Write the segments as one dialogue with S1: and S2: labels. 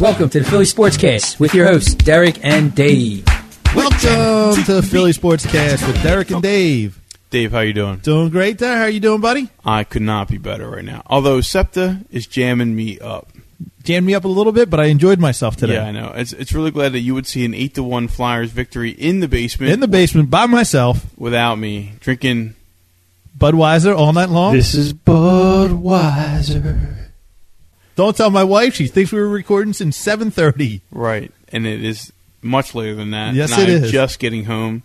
S1: Welcome to the Philly Sportscast with your hosts, Derek and Dave.
S2: Welcome to the Philly Sports Cast with Derek and Dave.
S3: Dave, how you doing?
S2: Doing great there. How you doing, buddy?
S3: I could not be better right now. Although SEPTA is jamming me up.
S2: Jammed me up a little bit, but I enjoyed myself today.
S3: Yeah, I know. It's it's really glad that you would see an eight to one Flyers victory in the basement
S2: In the basement by myself,
S3: without me drinking.
S2: Budweiser all night long.
S4: This is Budweiser.
S2: Don't tell my wife. She thinks we were recording since 7.30.
S3: Right, and it is much later than that.
S2: Yes,
S3: and
S2: it
S3: I'm
S2: is.
S3: Just getting home.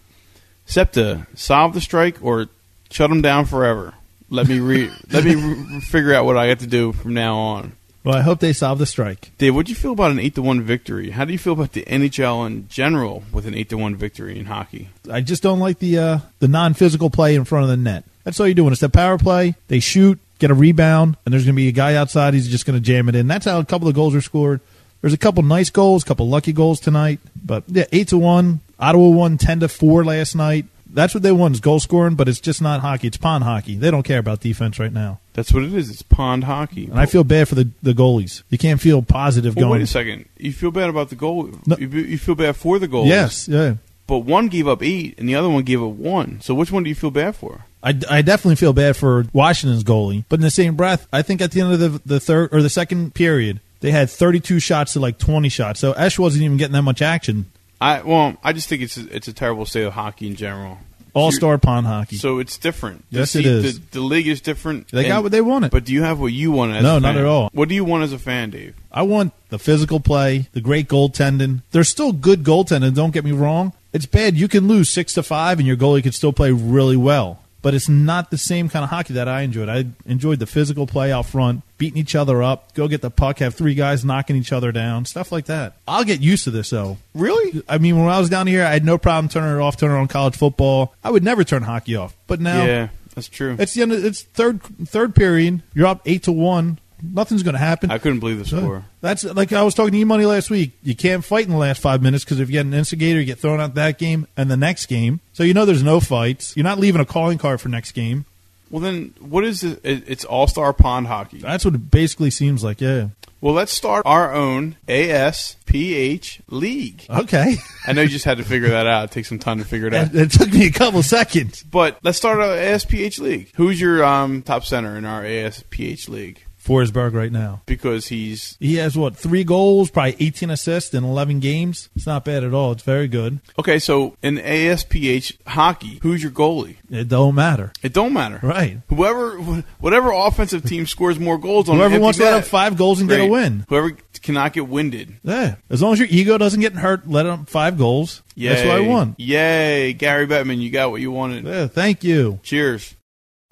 S3: SEPTA, solve the strike or shut them down forever. Let me re- let me re- figure out what I have to do from now on.
S2: Well, I hope they solve the strike.
S3: Dave, what do you feel about an eight to one victory? How do you feel about the NHL in general with an eight to one victory in hockey?
S2: I just don't like the uh, the non-physical play in front of the net. That's all you're doing. It's that power play. They shoot, get a rebound, and there's going to be a guy outside. He's just going to jam it in. That's how a couple of goals are scored. There's a couple nice goals, a couple lucky goals tonight. But yeah, eight to one. Ottawa won ten to four last night. That's what they won is goal scoring, but it's just not hockey. It's pond hockey. They don't care about defense right now,
S3: That's what it is. It's pond hockey.
S2: and I feel bad for the, the goalies. You can't feel positive
S3: Well,
S2: going.
S3: wait a second. You feel bad about the goal.
S2: No.
S3: You, you feel bad for the goal.
S2: Yes, yeah.
S3: But one gave up eight, and the other one gave up one. So which one do you feel bad for?
S2: I, I definitely feel bad for Washington's goalie, but in the same breath, I think at the end of the, the third or the second period, they had 32 shots to like 20 shots. So Esh wasn't even getting that much action.
S3: I well, I just think it's a, it's a terrible state of hockey in general.
S2: All star pond hockey.
S3: So it's different. The
S2: Mm. Yes, it
S3: se-
S2: is.
S3: The, the league is different.
S2: They got what they wanted.
S3: But do you have what you want as
S2: No,
S3: a
S2: not
S3: fan?
S2: at all.
S3: What do you want as a fan, Dave?
S2: I want the physical play, the great goaltending. There's still good goaltending, don't get me wrong. It's bad. You can lose six to five and your goalie could still play really well. But it's not the same kind of hockey that I enjoyed. I enjoyed the physical play out front, beating each other up, go get the puck, have three guys knocking each other down, stuff like that. I'll get used to this though.
S3: Really?
S2: I mean, when I was down here, I had no problem turning it off, turning on college football. I would never turn hockey off. But now
S3: Yeah, that's true.
S2: it's the end. Of, it's third third period. You're up eight to one. Nothing's going to happen.
S3: I couldn't believe the score.
S2: That's like I was talking to E Money last week. You can't fight in the last five minutes because if you get an instigator, you get thrown out that game and the next game. So you know there's no fights. You're not leaving a calling card for next game.
S3: Well, then what is it? It- It's all star pond hockey.
S2: That's what it basically seems like. Yeah.
S3: Well, let's start our own ASPH league.
S2: Okay.
S3: I know you just had to figure that out. It takes some time to figure it out.
S2: That it took me a couple seconds.
S3: But let's start our ASPH league. Who's your um, top center in our ASPH league?
S2: Forsberg right now.
S3: Because he's
S2: He has what three goals, probably 18 assists in 11 games. It's not bad at all. It's very good.
S3: okay. So in ASPH hockey, who's your goalie?
S2: It don't matter.
S3: It don't matter.
S2: Right.
S3: Whoever, wh- whatever offensive team scores more goals on an
S2: Whoever
S3: empty
S2: wants to let
S3: net,
S2: up five goals and get
S3: great.
S2: a win.
S3: Whoever cannot get winded.
S2: Yeah. As long as your ego doesn't get hurt, let up five goals.
S3: Yay.
S2: That's what I won.
S3: Yay, Gary Bettman, you got what you wanted.
S2: Yeah, thank you.
S3: Cheers.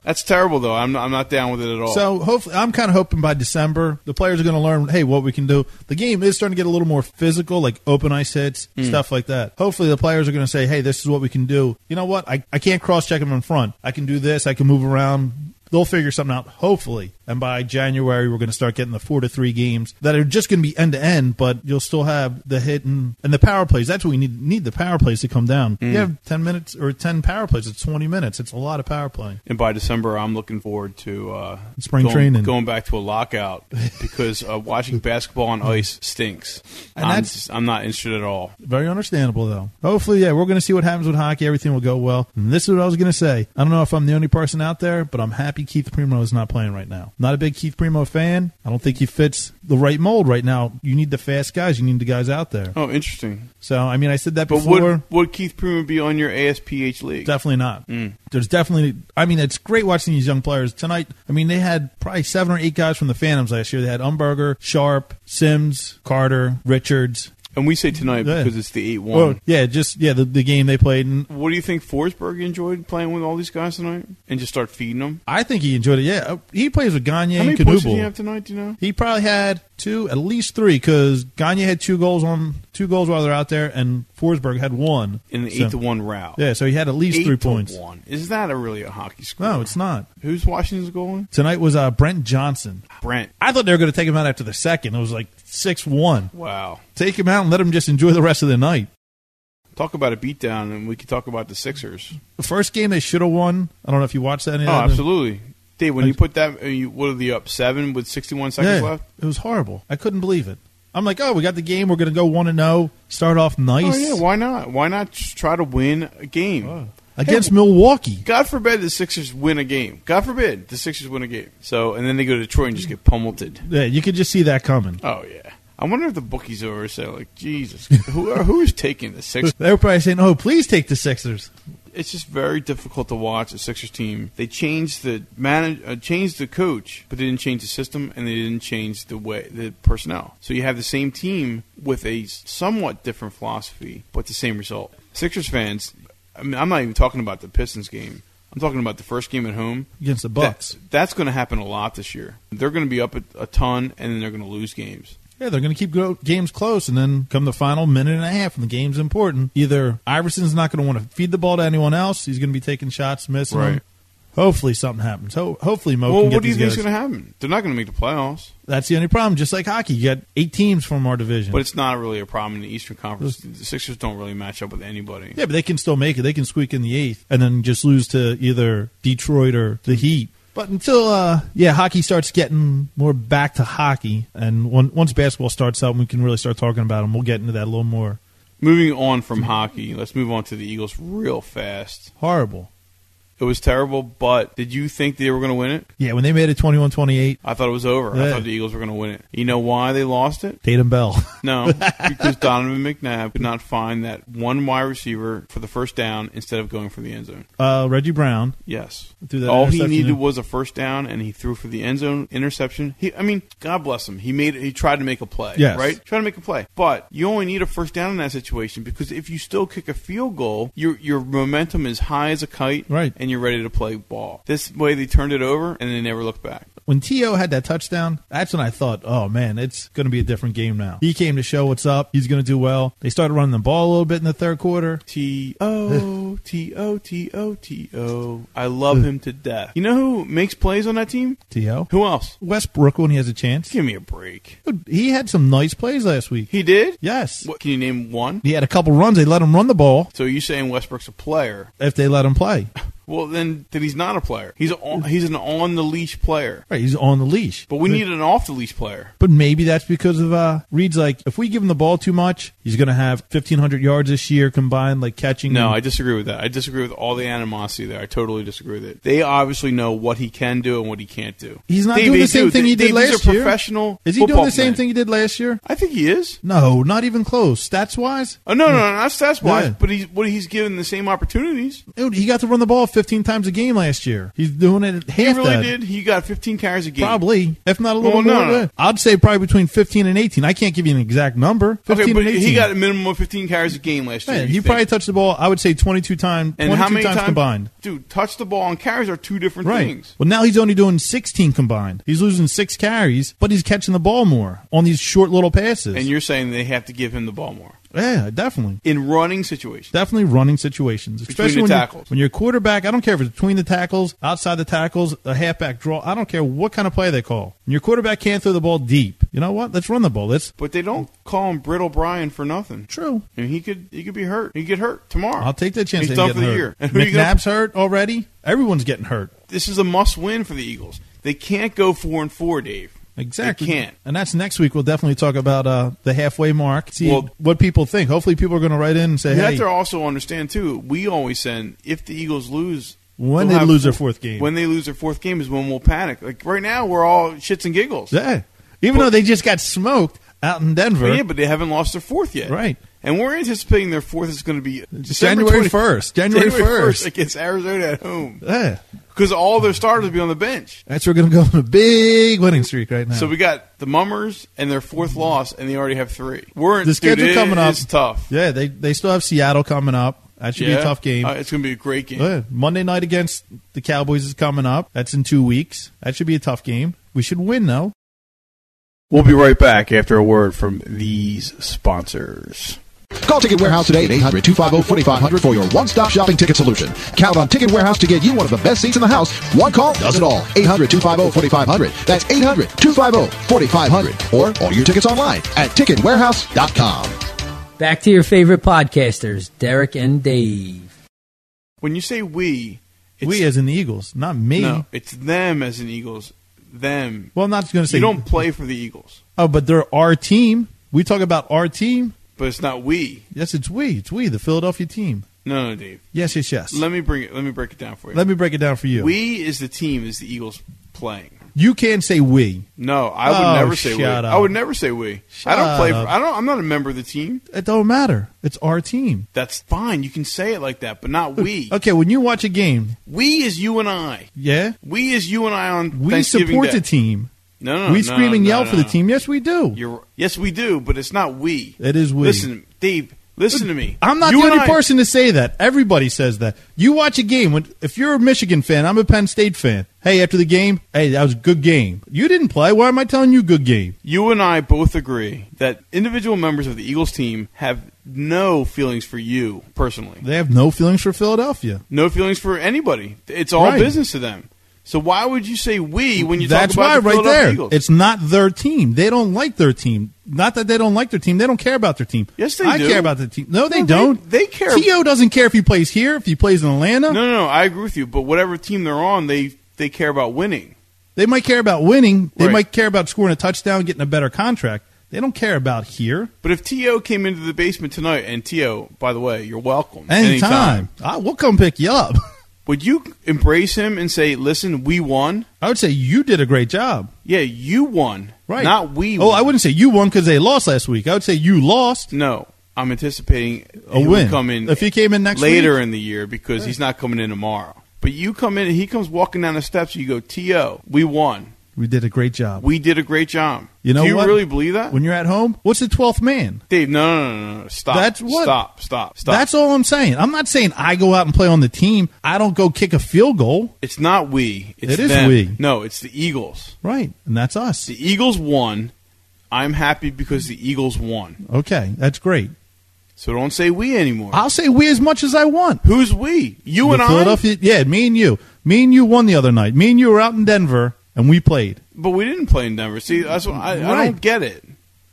S3: That's terrible though. I'm not, I'm not down with it at all.
S2: So hopefully, I'm kind of hoping by December the players are going to learn. Hey, what we can do. The game is starting to get a little more physical, like open ice hits,
S3: Hmm.
S2: stuff like that. Hopefully, the players are going to say, "Hey, this is what we can do." You know what? I, I can't cross check them in front. I can do this. I can move around. They'll figure something out, hopefully. And by January, we're going to start getting the four to three games that are just going to be end to end, but you'll still have the hit and, and the power plays. That's what we need need the power plays to come down.
S3: Hmm.
S2: You have 10 minutes or 10 power plays. It's 20 minutes. It's a lot of power play.
S3: And by December, I'm looking forward to uh,
S2: Spring
S3: going,
S2: training.
S3: going back to a lockout because uh, watching basketball on ice stinks.
S2: And
S3: I'm,
S2: that's-
S3: just- I'm not interested at all.
S2: Very understandable, though. Hopefully, yeah, we're going to see what happens with hockey. Everything will go well. And this is what I was going to say. I don't know if I'm the only person out there, but I'm happy Keith Primo is not playing right now. Not a big Keith Primo fan. I don't think he fits the right mold right now. You need the fast guys. You need the guys out there.
S3: Oh, interesting.
S2: So, I mean, I said that
S3: But
S2: before.
S3: would would Keith Primo be on your ASPH league?
S2: Definitely not.
S3: Mm.
S2: There's definitely. I mean, it's great watching these young players tonight. I mean, they had probably seven or eight guys from the Phantoms last year. They had Umberger, Sharp, Sims, Carter, Richards.
S3: and we say tonight
S2: Yeah.
S3: because it's the eight one.
S2: Well, yeah, just yeah, the, the game they played, and
S3: what do you think Forsberg enjoyed playing with all these guys tonight and just start feeding them?
S2: I think he enjoyed it. Yeah, Uh, he plays with Gagne
S3: How
S2: and
S3: many pushes did he
S2: Knubel.
S3: have tonight? Do you know?
S2: He probably had two, at least three, because Gagne had two goals on two goals while they're out there, and Forsberg had one
S3: In the
S2: So-
S3: eight to one route.
S2: Yeah, so he had at least
S3: Eight
S2: three
S3: to
S2: points.
S3: One. Is that a really a hockey score?
S2: No, it's not.
S3: Who's Washington's goalie?
S2: Tonight was uh, Brent Johnson.
S3: Brent.
S2: I thought they were going to take him out after the second. It was like six one.
S3: Wow.
S2: Take him out and let him just enjoy the rest of the night.
S3: Talk about a beatdown, and we could talk about the Sixers.
S2: The first game they should have won. I don't know if you watched that. Any of
S3: Oh,
S2: that.
S3: absolutely. Dave, when
S2: I-
S3: you put that, uh, you, what are the up seven with 61 seconds
S2: Yeah,
S3: left?
S2: it was horrible. I couldn't believe it. I'm like, oh, we got the game. We're gonna go one and zero. Start off nice
S3: Oh yeah, why not? Why not just try to win a game?
S2: against Milwaukee.
S3: God forbid the Sixers win a game. God forbid the Sixers win a game. So and then they go to Detroit and just get pummeled.
S2: Yeah, you could just see that coming.
S3: Oh yeah. I wonder if the bookies over say like Jesus, who are, who is taking the Sixers?
S2: They were probably saying, "Oh, please take the Sixers."
S3: It's just very difficult to watch a Sixers team. They changed the manage, uh, changed the coach, but they didn't change the system and they didn't change the way the personnel. So you have the same team with a somewhat different philosophy, but the same result. Sixers fans, I mean, I'm not even talking about the Pistons game. I'm talking about the first game at home
S2: Against the Bucks.
S3: That- that's going to happen a lot this year. They're going to be up a, a ton, and then they're going to lose games.
S2: Yeah, they're going to keep go- games close, and then come the final minute and a half, and the game's important. Either Iverson's not going to want to feed the ball to anyone else; he's going to be taking shots, missing
S3: Right.
S2: them. Hopefully, something happens. Ho- hopefully, Mo
S3: well,
S2: can get
S3: what do you
S2: these
S3: think is
S2: guys.
S3: going to happen? They're not going to make the playoffs,
S2: That's the only problem. Just like hockey, you got eight teams from our division.
S3: but it's not really a problem in the Eastern Conference. The Sixers don't really match up with anybody.
S2: yeah, but they can still make it. They can squeak in the eighth, and then just lose to either Detroit or the Heat. But until uh, yeah, hockey starts getting more back to hockey, and on- once basketball starts up, we can really start talking about them. We'll get into that a little more.
S3: Moving on from hockey, let's move on to the Eagles real fast.
S2: Horrible.
S3: It was terrible, but did you think they were going to win it?
S2: Yeah, when they made it 21-28,
S3: I thought it was over. I
S2: Yeah.
S3: thought the Eagles were going to win it. You know why they lost it?
S2: Tatum Bell.
S3: No, because Donovan McNabb could not find that one wide receiver for the first down instead of going for the end zone.
S2: Uh, Reggie Brown.
S3: Yes.
S2: Threw that
S3: All he
S2: interception
S3: needed
S2: in.
S3: was a first down, and he threw for the end zone interception. He, I mean, God bless him. He made. He tried to make a play.
S2: Yes.
S3: Right. Try to make a play, but you only need a first down in that situation because if you still kick a field goal, your your momentum is high as a kite,
S2: Right.
S3: And you're ready to play ball. This way, they turned it over and they never looked back.
S2: When T.O. had that touchdown, that's when I thought, oh man, it's going to be a different game now. He came to show what's up. He's going to do well. They started running the ball a little bit in the third quarter.
S3: T O T O T O T O. I love him to death. You know who makes plays on that team?
S2: T.O.
S3: Who else?
S2: Westbrook, when he has a chance,
S3: Give me a break.
S2: Dude, he had some nice plays last week.
S3: He did.
S2: Yes.
S3: What, can you name one?
S2: He had a couple runs. They let him run the ball
S3: So you saying Westbrook's a player?
S2: if they let him play.
S3: Well, then, then he's not a player. He's on, he's an on the leash player.
S2: Right, he's on the leash.
S3: But we need an off the leash player.
S2: But maybe that's because of uh, Reed's like, if we give him the ball too much, he's going to have 1,500 yards this year combined, like catching.
S3: No,
S2: and-
S3: I disagree with that. I disagree with all the animosity there. I totally disagree with it. They obviously know what he can do and what he can't do.
S2: He's not
S3: They-
S2: doing
S3: they
S2: the same
S3: do.
S2: thing
S3: They-
S2: he did
S3: they-
S2: last
S3: these are
S2: year.
S3: Professional.
S2: Is he doing
S3: football
S2: the same
S3: men.
S2: thing he did last year?
S3: I think he is.
S2: No, not even close. Stats wise,
S3: Oh no, no, no not stats wise,
S2: Yeah.
S3: but he's what he's given the same opportunities.
S2: dude, he got to run the ball 15 times a game last year. He's doing it at half
S3: he really
S2: that.
S3: did. He got 15 carries a game.
S2: Probably, if not a little
S3: Well, no,
S2: more.
S3: no.
S2: I'd say probably between 15 and 18. I can't give you an exact number. 15
S3: Okay, but
S2: and 18.
S3: he got a minimum of 15 carries a game last year.
S2: Man,
S3: you
S2: he
S3: think.
S2: probably touched the ball. I would say 22 times.
S3: and
S2: 22
S3: how many
S2: times, combined?
S3: Dude, touch the ball and carries are two different
S2: Right.
S3: things.
S2: Well, now he's only doing 16 combined. He's losing six carries, but he's catching the ball more on these short little passes.
S3: And you're saying they have to give him the ball more
S2: yeah, definitely.
S3: in running situations.
S2: Definitely running situations, especially
S3: the
S2: when,
S3: tackles.
S2: You, when you're quarterback. I don't care if it's between the tackles, outside the tackles, a halfback draw. I don't care what kind of play they call. When your quarterback can't throw the ball deep. You know what? Let's run the ball. That's
S3: But they don't call him Brittle Bryan for nothing.
S2: true.
S3: And he could he could be hurt. He could get hurt tomorrow.
S2: I'll take that chance.
S3: He's
S2: that
S3: done
S2: he
S3: for the
S2: getting
S3: year.
S2: hurt.
S3: And who you gonna-
S2: McNabb's hurt already. Everyone's getting hurt.
S3: This is a must win for the Eagles. They can't go four and four, Dave.
S2: Exactly.
S3: They can't.
S2: And that's next week. We'll definitely talk about uh, the halfway mark. See
S3: Well-
S2: what people think. Hopefully, people are going to write in and say,
S3: You
S2: "Hey,
S3: have to also understand too. We always send if the Eagles lose.
S2: When
S3: they'll
S2: they
S3: have-
S2: lose their fourth game.
S3: When they lose their fourth game is when we'll panic. Like right now, we're all shits and giggles.
S2: yeah." Even
S3: Well-
S2: though they just got smoked out in Denver,
S3: But yeah, but they haven't lost their fourth yet.
S2: Right.
S3: And we're anticipating their fourth is going to be December
S2: January
S3: 20
S2: 1st. January 1st.
S3: against Arizona at home
S2: yeah,
S3: because all their starters will be on the bench.
S2: that's we're going to go on a big winning streak right now.
S3: So we got the Mummers and their fourth loss, and they already have three. We're
S2: the schedule
S3: dude, it
S2: coming up
S3: is tough.
S2: Yeah, they they still have Seattle coming up. That should be
S3: Yeah.
S2: a tough game.
S3: Uh, it's going to be a great game.
S2: Yeah, Monday night against the Cowboys is coming up. That's in two weeks. That should be a tough game. We should win though.
S3: We'll be right back after a word from these sponsors.
S4: Call Ticket Warehouse today at 800 250 4500 for your one stop shopping ticket solution. Count on Ticket Warehouse to get you one of the best seats in the house. One call does it all. 800 250 4500. That's 800 250 4500. Or order your tickets online at ticketwarehouse.com.
S1: Back to your favorite podcasters, Derek and Dave.
S3: When you say we, it's,
S2: we as in the Eagles, not me.
S3: no, it's them as an Eagles. Them.
S2: Well, I'm not going to say
S3: You don't play for the Eagles.
S2: Oh, but they're our team. We talk about our team.
S3: But it's not we.
S2: Yes, it's we. It's we, the Philadelphia team.
S3: No, no, Dave.
S2: Yes, yes, yes.
S3: Let me bring it. Let me break it down for you.
S2: Let me break it down for you.
S3: we is the team is the Eagles playing.
S2: you can say we.
S3: No, I would
S2: Oh,
S3: never say we.
S2: shut
S3: I
S2: up.
S3: would never say we. I don't
S2: Shut
S3: play. For,
S2: up.
S3: I don't. I'm not a member of the team.
S2: It don't matter. It's our team.
S3: That's fine. You can say it like that, but not we.
S2: Okay, when you watch a game,
S3: We is you and I.
S2: yeah,
S3: We is you and I on
S2: we
S3: Thanksgiving
S2: support
S3: Day.
S2: the team.
S3: No, no, no,
S2: we
S3: no,
S2: scream and
S3: no,
S2: yell
S3: no,
S2: for the
S3: no.
S2: team. Yes, we do.
S3: You're yes, we do, but it's not we.
S2: It is we.
S3: Listen, Dave. Listen to me.
S2: I'm not
S3: You
S2: the
S3: and
S2: only
S3: I-
S2: person to say that. Everybody says that. You watch a game when if you're a Michigan fan, I'm a Penn State fan. Hey, after the game, hey, that was a good game. You didn't play. Why am I telling you good game?
S3: You and I both agree that individual members of the Eagles team have no feelings for you personally.
S2: They have no feelings for Philadelphia.
S3: No feelings for anybody. It's all
S2: Right.
S3: business to them. So why would you say we when you
S2: That's
S3: talk
S2: why,
S3: about the
S2: right
S3: Philadelphia
S2: there,
S3: Eagles?
S2: it's not their team. They don't like their team. Not that they don't like their team. They don't care about their team.
S3: Yes, they
S2: I
S3: do.
S2: care about the team. No, they
S3: No, they-
S2: don't.
S3: they care.
S2: T.O. doesn't care if he plays here, if he plays in Atlanta.
S3: no, no, no. I agree with you. But whatever team they're on, they they care about winning.
S2: They might care about winning. They
S3: Right.
S2: might care about scoring a touchdown, getting a better contract. They don't care about here.
S3: But if To came into the basement tonight, and To, by the way, you're welcome
S2: Anytime. I, we'll come pick you up.
S3: Would you embrace him and say, "Listen, we won.
S2: I would say you did a great job.
S3: Yeah, you won.
S2: Right.
S3: Not we.
S2: Oh,
S3: won.
S2: I wouldn't say you won because they lost last week. I would say you lost.
S3: No, I'm anticipating
S2: A
S3: he would
S2: win.
S3: Come in
S2: If he came in next
S3: later
S2: week?
S3: in the year because he's not coming in tomorrow. But you come in and he comes walking down the steps. You go, To, we won.
S2: We did a great job.
S3: We did a great job.
S2: you know
S3: Do you
S2: what?
S3: really believe that?
S2: When you're at home, what's the 12th man?
S3: Dave, no, no, no, no, no. Stop.
S2: That's what-
S3: Stop, stop, stop.
S2: That's all I'm saying. I'm not saying I go out and play on the team. I don't go kick a field goal.
S3: it's not we. It's
S2: It is
S3: them.
S2: we.
S3: No, it's the Eagles.
S2: Right. And that's us.
S3: The Eagles won. I'm happy because the Eagles won.
S2: Okay. That's great.
S3: So don't say we anymore.
S2: I'll say we as much as I want.
S3: Who's we? You
S2: The
S3: and I.
S2: Philadelphia, Yeah, me and you. Me and you won the other night. Me and you were out in Denver and we played.
S3: But we didn't play in Denver. See, that's what I, I don't
S2: Right.
S3: get it.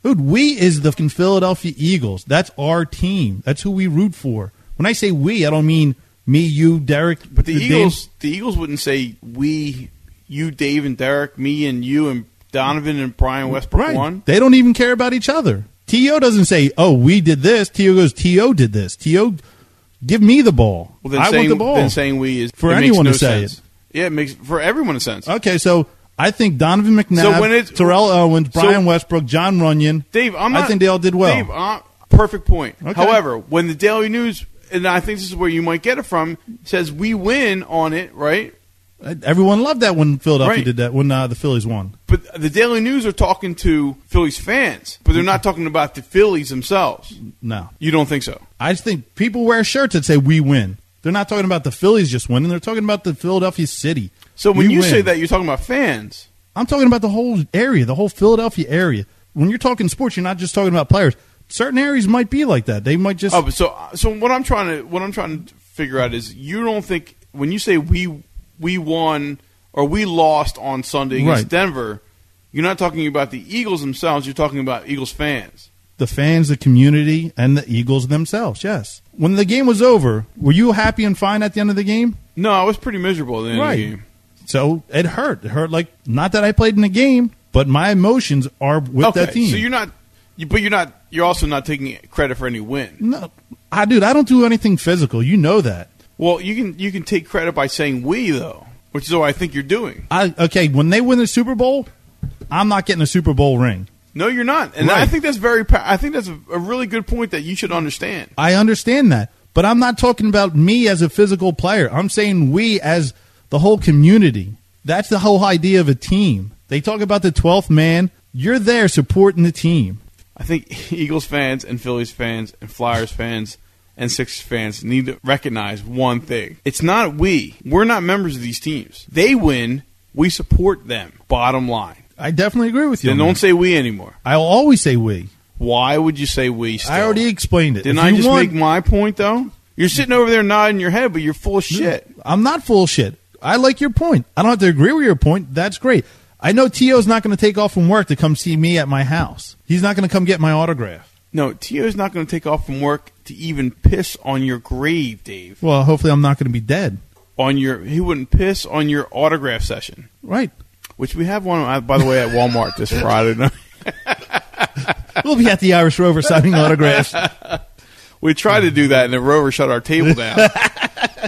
S2: Dude, we is the fucking Philadelphia Eagles. That's our team. That's who we root for. When I say we, I don't mean me, you, Derek.
S3: But the,
S2: Dan-
S3: Eagles, the Eagles wouldn't say we, you, Dave and Derek, me and you and Donovan and Brian Westbrook
S2: right?
S3: won.
S2: They don't even care about each other. To doesn't say, "Oh, we did this." To goes, "To did this." To, give me the ball.
S3: Well, then
S2: I
S3: saying,
S2: want the ball.
S3: Then saying we is
S2: For
S3: it makes
S2: anyone to
S3: no
S2: say
S3: sense. Yeah, it makes for everyone a sense.
S2: okay, so I think Donovan McNabb,
S3: So when it's-
S2: Terrell Owens,
S3: so-
S2: Brian Westbrook, John Runyon,
S3: Dave, I'm
S2: I
S3: not-
S2: think they all did well.
S3: Dave, uh, perfect point.
S2: Okay.
S3: However, when the Daily News, and I think this is where you might get it from, says we win on it, right?
S2: Everyone loved that when Philadelphia
S3: Right.
S2: did that when uh, the Phillies won.
S3: But the Daily News are talking to Phillies fans, but they're not talking about the Phillies themselves.
S2: No,
S3: You don't think so?
S2: I just think people wear shirts that say "We win." They're not talking about the Phillies just winning. They're talking about the Philadelphia city.
S3: So when
S2: We
S3: you
S2: win.
S3: say that, you're talking about fans.
S2: I'm talking about the whole area, the whole Philadelphia area. When you're talking sports, you're not just talking about players. Certain areas might be like that. They might just
S3: Oh, but so so what I'm trying to what I'm trying to figure out is you don't think when you say we we won or we lost on Sunday against
S2: Right.
S3: Denver, you're not talking about the Eagles themselves. You're talking about Eagles fans.
S2: the fans, the community, and the Eagles themselves. Yes. When the game was over, were you happy and fine at the end of the game?
S3: No, I was pretty miserable at the end of the game.
S2: So it hurt. It hurt like not that I played in the game, but my emotions are with
S3: okay,
S2: that team.
S3: so you're not, you, but you're not. You're also not taking credit for any win.
S2: No, I dude, I don't do anything physical. You know that.
S3: Well, you can you can take credit by saying we though, which is what I think you're doing.
S2: I okay. When they win the Super Bowl, I'm not getting a Super Bowl ring.
S3: No, you're not, and I
S2: Right.
S3: think that's very. pa- I think that's a, a really good point that you should understand.
S2: I understand that, but I'm not talking about me as a physical player. I'm saying we as the whole community. That's the whole idea of a team. They talk about the 12th man. You're there supporting the team.
S3: I think Eagles fans and Phillies fans and Flyers fans and Sixers fans need to recognize one thing. It's not we. We're not members of these teams. They win, we support them. Bottom line.
S2: I definitely agree with you.
S3: Then
S2: on
S3: don't
S2: that.
S3: say we anymore.
S2: I'll always say we.
S3: Why would you say we still?
S2: I already explained it.
S3: Didn't
S2: If
S3: I
S2: you
S3: just
S2: want-
S3: make my point though? You're sitting over there nodding your head, but you're full of shit.
S2: I'm not full of shit. I like your point. I don't have to agree with your point. That's great. I know T.O.'s not going to take off from work to come see me at my house. He's not going to come get my autograph.
S3: No, Tio's not going to take off from work to even piss on your grave, Dave.
S2: Well, hopefully I'm not going to be dead.
S3: On your he wouldn't piss on your autograph session,
S2: Right.
S3: which we have one uh, by the way at Walmart this Friday night.
S2: We'll be at the Irish Rover signing autographs.
S3: We tried to do that, and the rover shut our table down.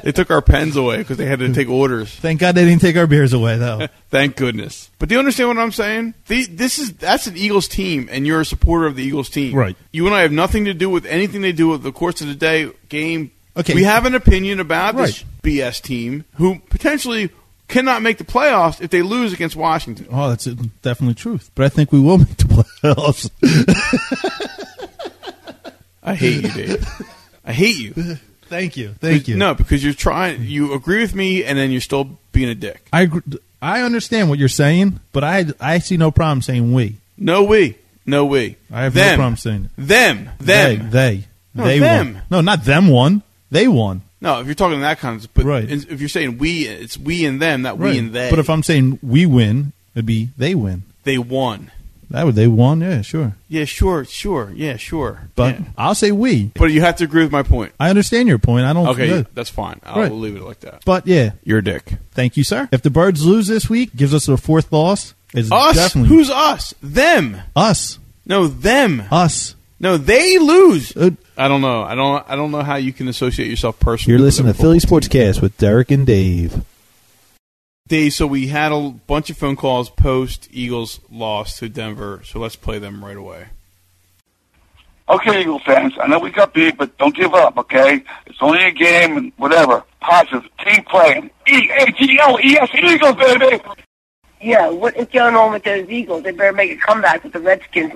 S3: they took our pens away because they had to take orders.
S2: Thank God they didn't take our beers away, though.
S3: Thank goodness. But do you understand what I'm saying? The, this is that's an Eagles team, and you're a supporter of the Eagles team,
S2: Right.
S3: You and I have nothing to do with anything they do with the course of the day game.
S2: Okay.
S3: we have an opinion about this
S2: Right.
S3: BS team who potentially cannot make the playoffs if they lose against Washington.
S2: Oh, that's definitely truth. But I think we will make the playoffs.
S3: I hate you, Dave. I hate you.
S2: Thank you. Thank you.
S3: No, because you're trying. You agree with me, and then you're still being a dick.
S2: I agree. I understand what you're saying, but I I see no problem saying we.
S3: No we. No we.
S2: I have no
S3: them.
S2: problem saying it.
S3: Them.
S2: They.
S3: Them.
S2: They.
S3: No,
S2: they
S3: them.
S2: Won. No, not them won. They won.
S3: No, if you're talking in that context, but
S2: Right.
S3: if you're saying we, it's we and them, not we and they.
S2: But if I'm saying we win, it'd be they win.
S3: they won,
S2: That would they won. Yeah, sure.
S3: yeah, sure, sure, yeah, sure.
S2: But
S3: Yeah.
S2: I'll say we.
S3: but you have to agree with my point.
S2: I understand your point. I don't.
S3: Okay,
S2: yeah.
S3: that's fine. I'll
S2: Right.
S3: leave it like that.
S2: But yeah,
S3: You're a dick.
S2: thank you, sir. If the birds lose this week, gives us their fourth loss. It's
S3: Us?
S2: definitely
S3: Who's us? Them?
S2: us.
S3: No, them.
S2: Us.
S3: No, they lose.
S2: Uh,
S3: I don't know. I don't. I don't know how you can associate yourself personally.
S5: You're
S3: with
S5: listening
S3: them.
S5: to Philly Sportscast with Derek and Dave.
S3: Dave, so we had a bunch of phone calls post Eagles loss to Denver. So let's play them right away.
S6: Okay, Eagle fans, I know we got beat, but don't give up, okay? It's only a game and whatever. Positive. Keep playing. E E-A-G-L-E-S, Eagles, baby!
S7: Yeah, what is going on with those Eagles? They better make a comeback with the Redskins.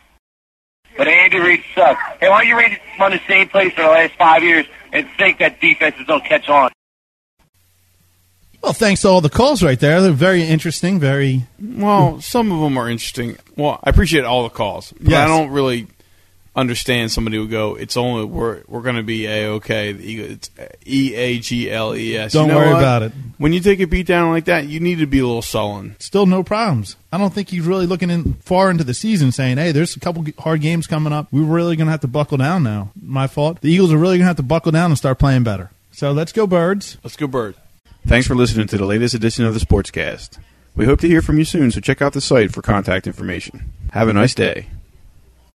S8: But Andy Reid sucks. And why don't you Reid run the same place for the last five years and think that defenses don't catch on?
S2: Well, thanks to all the calls right there. They're very interesting. Very
S3: Well, some of them are interesting. Well, I appreciate all the calls, but
S2: Yes.
S3: I don't really understand somebody who go. It's only we're we're going to be a okay. It's E A G L E S.
S2: Don't
S3: You know
S2: worry
S3: what?
S2: about it.
S3: When you take a beat down like that, you need to be a little sullen.
S2: still no problems. I don't think he's really looking in far into the season saying, "Hey, there's a couple g- hard games coming up. We're really going to have to buckle down now." My fault. The Eagles are really going to have to buckle down and start playing better. So let's go, Birds.
S3: Let's go, Bird. Thanks for listening to the latest edition of the Sportscast. We hope to hear from you soon, so check out the site for contact information. Have a nice day.